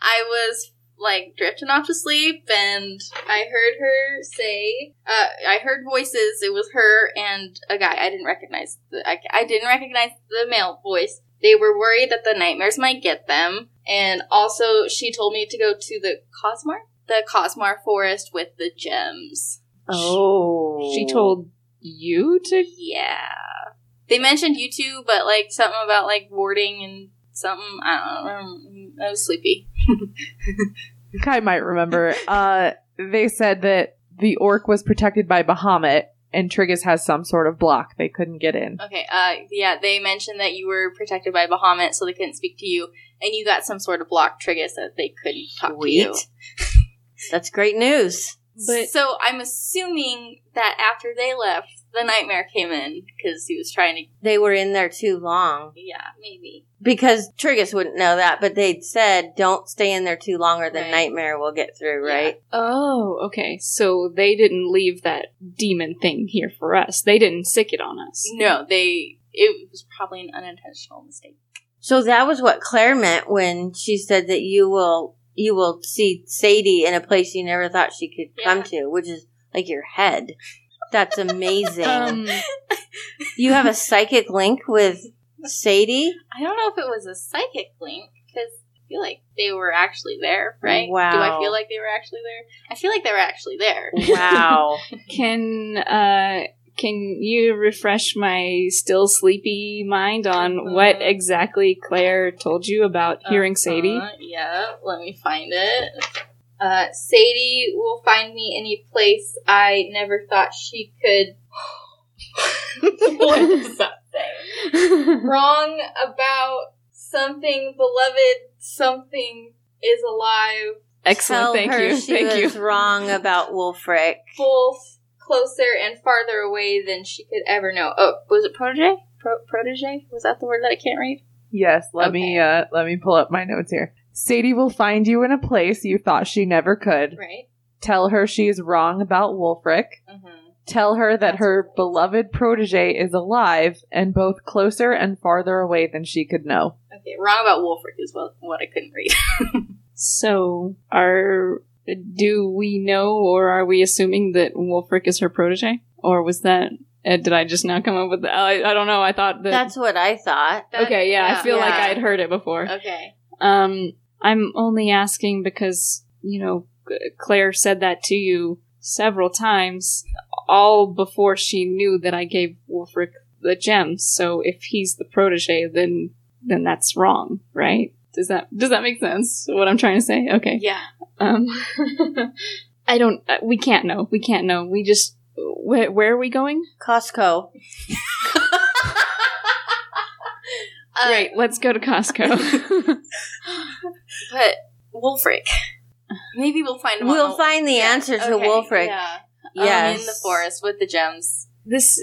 Speaker 5: I was like drifting off to sleep, and I heard her say, uh, "I heard voices." It was her and a guy. I didn't recognize. The, I, I didn't recognize the male voice. They were worried that the nightmares might get them, and also she told me to go to the Cosmar, the Cosmar forest with the gems.
Speaker 4: Oh.
Speaker 2: she told you to
Speaker 5: Yeah. They mentioned you two, but like something about like warding and something. I don't know. I was sleepy.
Speaker 3: Kai might remember. Uh, they said that the orc was protected by Bahamut, and Trigus has some sort of block. They couldn't get in.
Speaker 5: Okay. Uh, yeah, they mentioned that you were protected by Bahamut, so they couldn't speak to you, and you got some sort of block trigger so that they couldn't talk to you.
Speaker 4: Sweet. That's great news.
Speaker 2: But-
Speaker 5: so I'm assuming that after they left, the nightmare came in because he was trying to.
Speaker 4: They were in there too long
Speaker 5: Yeah, maybe.
Speaker 4: because Trigus wouldn't know that, but they'd said don't stay in there too long or the
Speaker 5: Right.
Speaker 4: nightmare will get through,
Speaker 5: Yeah.
Speaker 4: right?
Speaker 2: Oh, okay. So they didn't leave that demon thing here for us. They didn't sick it on us.
Speaker 5: No, they. It was probably an unintentional mistake.
Speaker 4: So that was what Claire meant when she said that you will you will see Sadie in a place you never thought she could come to, which is like your head. That's amazing.
Speaker 2: Um,
Speaker 4: you have a psychic link with Sadie?
Speaker 5: I don't know if it was a psychic link because I feel like they were actually there, right? Do I
Speaker 4: Wow.
Speaker 5: feel like they were actually there? I feel like they were actually there.
Speaker 4: Wow.
Speaker 2: can uh can you refresh my still sleepy mind
Speaker 4: Uh-huh.
Speaker 2: on what exactly Claire told you about hearing Sadie?
Speaker 5: Uh, yeah, let me find it. Uh, Sadie will find me any place I never thought she could. what does that say? Wrong about something beloved. Something is alive.
Speaker 2: Excellent.
Speaker 4: Tell
Speaker 2: thank
Speaker 4: her
Speaker 2: you.
Speaker 4: she
Speaker 2: Thank you.
Speaker 4: was wrong about Wolfric.
Speaker 5: Both closer and farther away than she could ever know. Oh, was it protege? Pro- protege? Was that the word that I can't read?
Speaker 3: Yes, let me uh, let me pull up my notes here. Sadie will find you in a place you thought she never could.
Speaker 5: Right. Mm-hmm.
Speaker 3: tell her she is wrong about Wolfric, tell her that her beloved protege is alive and both closer and farther away than she could know.
Speaker 5: Okay, wrong about Wolfric is what, what I couldn't read.
Speaker 2: So, are do we know, or are we assuming that Wolfric is her protege, or was that? Uh, did I just now come up with? The, I, I don't know. I thought that.
Speaker 4: That's what I thought.
Speaker 5: That-
Speaker 2: okay. Yeah, I feel like
Speaker 4: yeah.
Speaker 2: I'd heard it before.
Speaker 5: Okay.
Speaker 2: Um, I'm only asking because, you know, Claire said that to you several times, all before she knew that I gave Wolfric the gems. So if he's the protege, then then that's wrong, right? Does that does that make sense? What I'm trying to say? Okay.
Speaker 5: Yeah.
Speaker 2: Um, I don't. Uh, we can't know. We can't know. We just. Where, where are we going?
Speaker 4: Costco.
Speaker 5: Uh,
Speaker 2: Great. Let's go to Costco.
Speaker 5: But Wolfric. Maybe we'll find him. on
Speaker 4: We'll
Speaker 5: the-
Speaker 4: find the
Speaker 5: Yeah,
Speaker 4: answer to
Speaker 5: okay,
Speaker 4: Wolfric.
Speaker 5: Yeah. Um,
Speaker 4: Yes.
Speaker 5: in the forest with the gems.
Speaker 2: this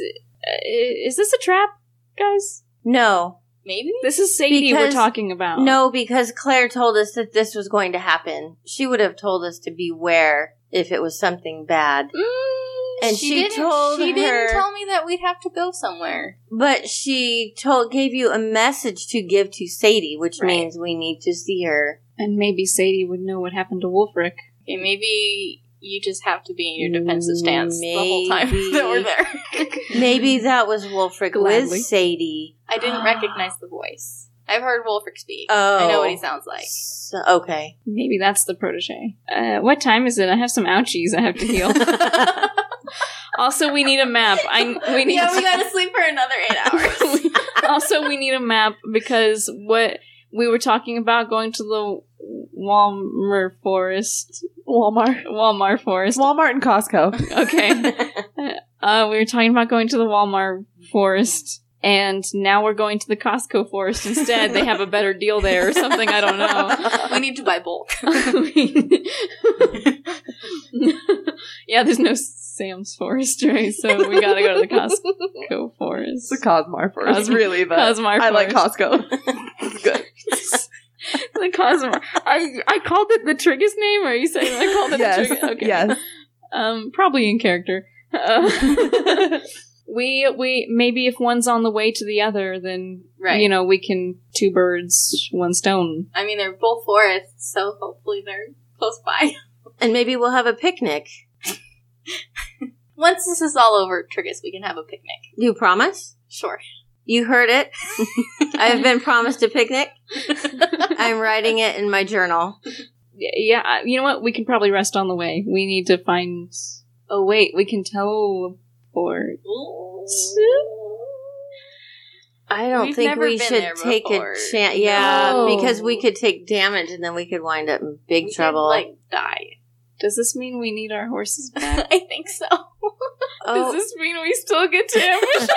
Speaker 2: uh, is this a trap, guys?
Speaker 4: No.
Speaker 5: Maybe.
Speaker 2: This is Sadie
Speaker 4: Because-
Speaker 2: we're talking about.
Speaker 4: No, because Claire told us that this was going to happen. She would have told us to beware if it was something bad. Mm, And she
Speaker 5: didn't-
Speaker 4: told
Speaker 5: she
Speaker 4: her-
Speaker 5: didn't tell me that we'd have to go somewhere.
Speaker 4: But she told gave you a message to give to Sadie, which
Speaker 5: Right.
Speaker 4: means we need to see her.
Speaker 2: And maybe Sadie would know what happened to Wolfric.
Speaker 5: Okay, maybe you just have to be in your defensive stance the whole
Speaker 4: Maybe.
Speaker 5: time that we're there.
Speaker 4: Maybe that was Wolfric
Speaker 2: Gladly.
Speaker 4: with Sadie.
Speaker 5: I didn't recognize the voice. I've heard Wolfric speak.
Speaker 4: Oh.
Speaker 5: I know what he sounds like.
Speaker 4: So- okay.
Speaker 2: Maybe that's the protege. Uh, what time is it? I have some ouchies I have to heal. also, we need a map. I we need.
Speaker 5: yeah, we gotta sleep for another eight hours.
Speaker 2: also, we need a map because what we were talking about going to the Walmart Forest,
Speaker 3: Walmart.
Speaker 2: Walmart Forest.
Speaker 3: Walmart and Costco.
Speaker 2: okay. Uh, we were talking about going to the Walmart Forest. And now we're going to the Costco forest instead. They have a better deal there or something. I don't know.
Speaker 5: we need to buy bulk.
Speaker 2: I mean- yeah, there's no Sam's Forest, right? So we gotta go to the Costco Forest.
Speaker 3: It's a Cosmar forest,
Speaker 2: Cosmar-
Speaker 3: really, but
Speaker 2: Cosmar
Speaker 3: I like
Speaker 2: forest.
Speaker 3: Costco. Good.
Speaker 2: the Cosmar. I I called it the Trigus name. Or are you saying I called it
Speaker 3: yes.
Speaker 2: the Trigus? Okay.
Speaker 3: Yes.
Speaker 2: Um, probably in character. Uh, we we maybe if one's on the way to the other, then
Speaker 5: Right.
Speaker 2: you know we can two birds one stone.
Speaker 5: I mean, they're both forests, so hopefully they're close by.
Speaker 4: and maybe we'll have a picnic.
Speaker 5: Once this is all over, Trigus, we can have a picnic.
Speaker 4: You promise?
Speaker 5: Sure.
Speaker 4: You heard it. I've been promised a picnic. I'm writing it in my journal.
Speaker 2: Y- yeah, I- you know what? We can probably rest on the way. We need to find. Oh wait, we can teleport.
Speaker 4: I don't
Speaker 5: We've
Speaker 4: think
Speaker 5: never
Speaker 4: we
Speaker 5: been
Speaker 4: should
Speaker 5: there
Speaker 4: take
Speaker 5: before.
Speaker 4: a chance. Yeah,
Speaker 2: No.
Speaker 4: because we could take damage and then we could wind up in big
Speaker 5: We could,
Speaker 4: trouble.
Speaker 5: like die.
Speaker 2: Does this mean we need our horses back?
Speaker 5: I think so.
Speaker 4: oh,
Speaker 2: Does this mean we still get to ambush?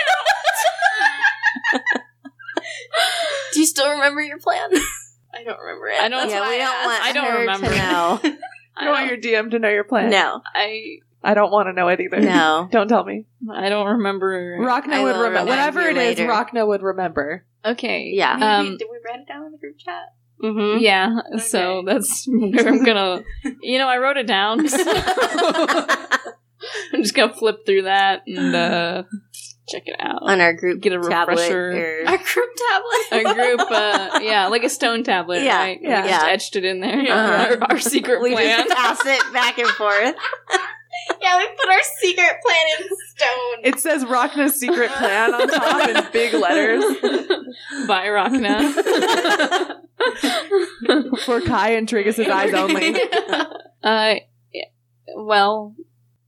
Speaker 5: Do you still remember your plan? I don't remember it.
Speaker 2: I don't-
Speaker 5: That's
Speaker 4: yeah,
Speaker 5: why
Speaker 4: we
Speaker 5: I
Speaker 4: don't
Speaker 5: asked.
Speaker 4: want
Speaker 2: I don't
Speaker 4: her
Speaker 2: remember.
Speaker 4: to know.
Speaker 2: I
Speaker 3: You want
Speaker 2: don't,
Speaker 3: your DM to know your plan.
Speaker 4: no,
Speaker 2: I,
Speaker 3: I don't want to know it either.
Speaker 4: no.
Speaker 3: Don't tell me.
Speaker 2: I don't remember.
Speaker 3: Rockna
Speaker 4: I
Speaker 3: would
Speaker 4: will
Speaker 3: remember.
Speaker 4: remind
Speaker 3: Whatever it
Speaker 4: you
Speaker 3: is,
Speaker 4: later.
Speaker 3: Rockna would remember.
Speaker 2: Okay.
Speaker 4: Yeah.
Speaker 5: Maybe-
Speaker 2: Um, Mm-hmm.
Speaker 5: did we write it down in the group chat?
Speaker 4: hmm
Speaker 2: Yeah. So
Speaker 5: Okay.
Speaker 2: that's where I'm gonna. You know, I wrote it down. so I'm just gonna flip through that and uh, check it out.
Speaker 4: On our group
Speaker 2: Get a
Speaker 4: tablet
Speaker 2: refresher.
Speaker 5: Our
Speaker 4: or-
Speaker 5: group tablet.
Speaker 2: a group, uh, yeah, like a stone tablet,
Speaker 4: Yeah,
Speaker 2: right? We
Speaker 3: yeah.
Speaker 2: just
Speaker 4: Yeah.
Speaker 2: etched it in there.
Speaker 4: Uh-huh.
Speaker 2: Our, our secret
Speaker 4: we
Speaker 2: plan.
Speaker 4: just pass it back and forth.
Speaker 5: yeah, we put our secret plan in stone.
Speaker 3: It says Rockna's secret plan on top in big letters
Speaker 2: Bye, Rockna.
Speaker 3: for Kai and Trigus's eyes only.
Speaker 2: uh, yeah. well,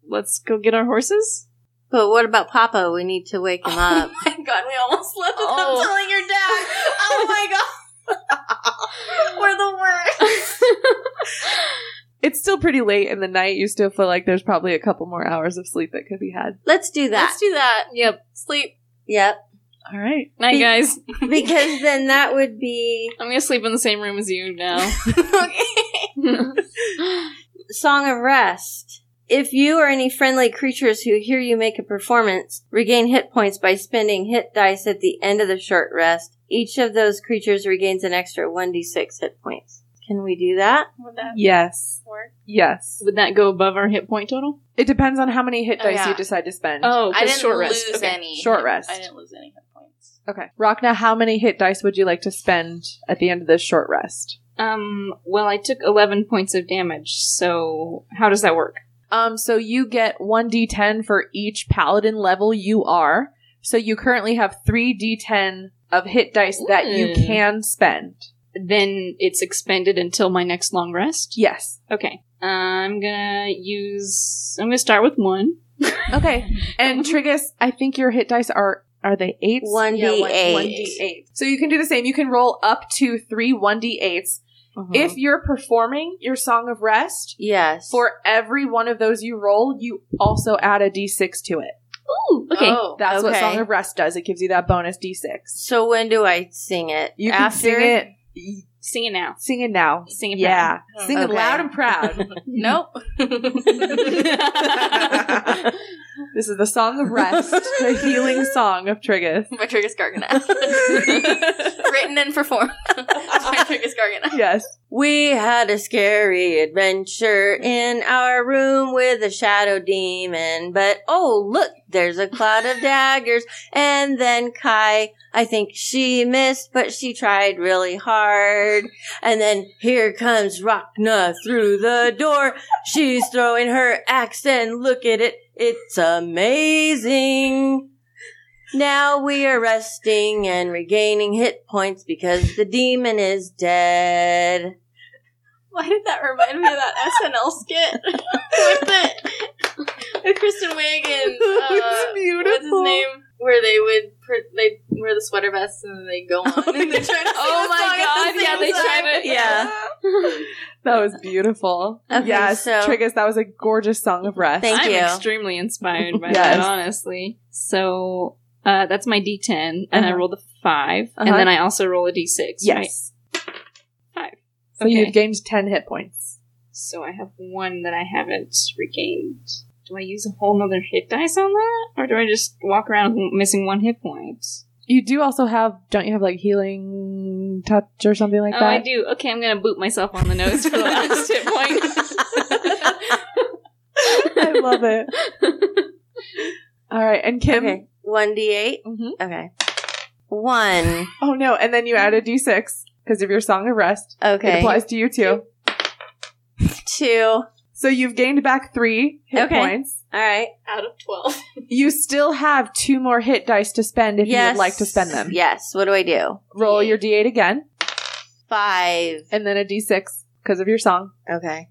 Speaker 2: let's go get our horses.
Speaker 4: But what about Papa? We need to wake him up.
Speaker 5: Oh my god, we almost left without
Speaker 2: Oh.
Speaker 5: telling your dad. Oh my god. We're the worst.
Speaker 3: It's still pretty late in the night. You still feel like there's probably a couple more hours of sleep that could be had.
Speaker 4: Let's do that.
Speaker 5: Let's do that.
Speaker 2: Yep.
Speaker 5: Sleep.
Speaker 4: Yep.
Speaker 3: All right.
Speaker 2: Night,
Speaker 4: Be-
Speaker 2: guys.
Speaker 4: Because then that would be
Speaker 2: I'm gonna sleep in the same room as you now.
Speaker 5: okay.
Speaker 4: Song of Rest. If you or any friendly creatures who hear you make a performance regain hit points by spending hit dice at the end of the short rest, each of those creatures regains an extra 1d6 hit points. Can we do that?
Speaker 5: Would that
Speaker 3: Yes.
Speaker 5: work?
Speaker 3: Yes.
Speaker 2: Would that go above our hit point total?
Speaker 3: It depends on how many hit
Speaker 5: Oh,
Speaker 3: dice
Speaker 5: yeah.
Speaker 3: you decide to spend.
Speaker 2: Oh, 'cause
Speaker 5: I didn't
Speaker 2: short
Speaker 5: lose
Speaker 2: rest. Okay.
Speaker 5: any.
Speaker 3: Short rest.
Speaker 5: I didn't lose any hit points.
Speaker 3: Okay. Rockna, how many hit dice would you like to spend at the end of this short rest?
Speaker 2: Um. Well, I took eleven points of damage. So how does that work?
Speaker 3: Um, so you get 1d10 for each paladin level you are. So you currently have 3d10 of hit dice that you
Speaker 5: Hmm.
Speaker 2: Mm.
Speaker 3: can spend.
Speaker 2: Then it's expended until my next long rest.
Speaker 3: Yes.
Speaker 2: Okay. I'm gonna use. I'm gonna start with one.
Speaker 3: Okay. And Trigus, I think your hit dice are are they eights?
Speaker 4: 1d8.
Speaker 5: Yeah, one- one d-
Speaker 3: 1d8. So you can do the same. You can roll up to three 1d8s.
Speaker 5: Hmm.
Speaker 3: If you're performing your Song of Rest,
Speaker 4: Uh-huh. Yes.
Speaker 3: for every one of those you roll, you also add a d6 to it.
Speaker 2: Ooh, okay.
Speaker 5: Oh.
Speaker 3: That's what
Speaker 4: Okay.
Speaker 3: Song of Rest does. It gives you that bonus d6.
Speaker 4: so when do I sing it?
Speaker 3: You can sing it. y-
Speaker 2: Sing it now.
Speaker 3: Sing it now.
Speaker 2: Sing it.
Speaker 3: Yeah.
Speaker 5: proud.
Speaker 3: Sing it
Speaker 4: Okay.
Speaker 3: loud and proud.
Speaker 5: Nope.
Speaker 2: Nope.
Speaker 3: this is the Song of Rest, the healing song of Trigus.
Speaker 5: By Trigus Garganath. Written and performed by Trigus Garganath.
Speaker 3: Yes.
Speaker 4: We had a scary adventure in our room with a shadow demon, but oh, look, there's a cloud of daggers. And then Kai, I think she missed, but she tried really hard. And then here comes Rachna through the door. She's throwing her axe and look at it. It's amazing. Now we are resting and regaining hit points because the demon is dead.
Speaker 5: Why did that remind me of that SNL skit with the with Kristen Wiig and uh,
Speaker 3: it's
Speaker 5: what's his
Speaker 3: beautiful.
Speaker 5: name? Where they would pr- they wear the sweater vests and then they go on. and they try to
Speaker 2: Oh my God, yeah, they try
Speaker 5: tried
Speaker 2: to-
Speaker 4: Yeah.
Speaker 3: That was beautiful.
Speaker 4: Okay,
Speaker 3: yes,
Speaker 4: so-
Speaker 3: Trigus, that was a gorgeous song of rest.
Speaker 4: Thank
Speaker 2: I'm
Speaker 4: you.
Speaker 2: extremely inspired by
Speaker 3: Yes.
Speaker 2: that, honestly. So uh, that's my D10, and I
Speaker 3: Uh-huh.
Speaker 2: rolled a 5
Speaker 3: Uh-huh.
Speaker 2: and then I also roll a D6. right?
Speaker 3: yes.
Speaker 2: Five.
Speaker 3: So you've
Speaker 2: Okay.
Speaker 3: gained 10 hit points.
Speaker 2: So I have one that I haven't regained. Do I use a whole nother hit dice on that, or do I just walk around w- missing one hit point?
Speaker 3: You do also have, don't you have like healing touch or something like
Speaker 2: oh,
Speaker 3: that?
Speaker 2: I do. Okay, I'm gonna boot myself on the nose for the last hit point.
Speaker 3: I love it. All right, and Kim.
Speaker 4: Okay. 1d8.
Speaker 3: Mhm.
Speaker 4: Okay. One.
Speaker 3: Oh no, and then you add a d6 because of your song of rest. It
Speaker 4: Okay.
Speaker 3: applies to you too.
Speaker 4: Two. All
Speaker 3: So you've gained back three hit
Speaker 4: Okay.
Speaker 3: points.
Speaker 4: right.
Speaker 5: Out of twelve.
Speaker 3: You still have two more hit dice to spend if you would like to spend them.
Speaker 4: Yes. What do I do?
Speaker 3: Roll your d8 again,
Speaker 4: Five.
Speaker 3: and then a d6 because of your song.
Speaker 4: Okay.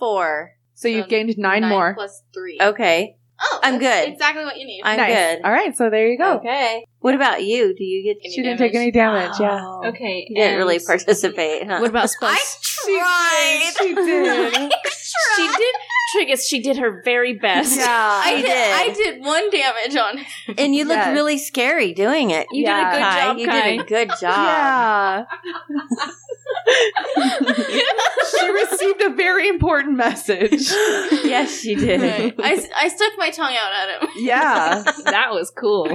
Speaker 4: Four.
Speaker 3: So you've
Speaker 5: Um,
Speaker 3: gained nine,
Speaker 5: Nine
Speaker 3: more.
Speaker 5: plus three.
Speaker 4: Okay.
Speaker 5: Oh,
Speaker 4: I'm
Speaker 5: that's
Speaker 4: good.
Speaker 5: Exactly what you need.
Speaker 4: I'm
Speaker 3: nice.
Speaker 4: good.
Speaker 3: All right, so there you go.
Speaker 4: Okay. What about you? Do you get?
Speaker 5: Any
Speaker 3: She didn't
Speaker 5: damage?
Speaker 3: take any damage. Yeah.
Speaker 4: Oh.
Speaker 2: okay,
Speaker 4: You didn't really
Speaker 2: and
Speaker 4: participate, huh?
Speaker 2: What about spells?
Speaker 3: She did. She did.
Speaker 2: she did Trigus, she did her very best.
Speaker 3: yeah.
Speaker 5: I
Speaker 4: You
Speaker 5: did. I did one damage on.
Speaker 4: and you looked
Speaker 3: Yes.
Speaker 4: really scary doing it.
Speaker 2: You
Speaker 3: Yeah.
Speaker 2: did a good
Speaker 4: Kai.
Speaker 2: job,
Speaker 4: you
Speaker 2: Kai.
Speaker 4: did a good job.
Speaker 3: Yeah. she received a very important message.
Speaker 4: Yes, you did.
Speaker 5: Right. I, s- I stuck my tongue out at him.
Speaker 3: Yeah.
Speaker 2: that was cool.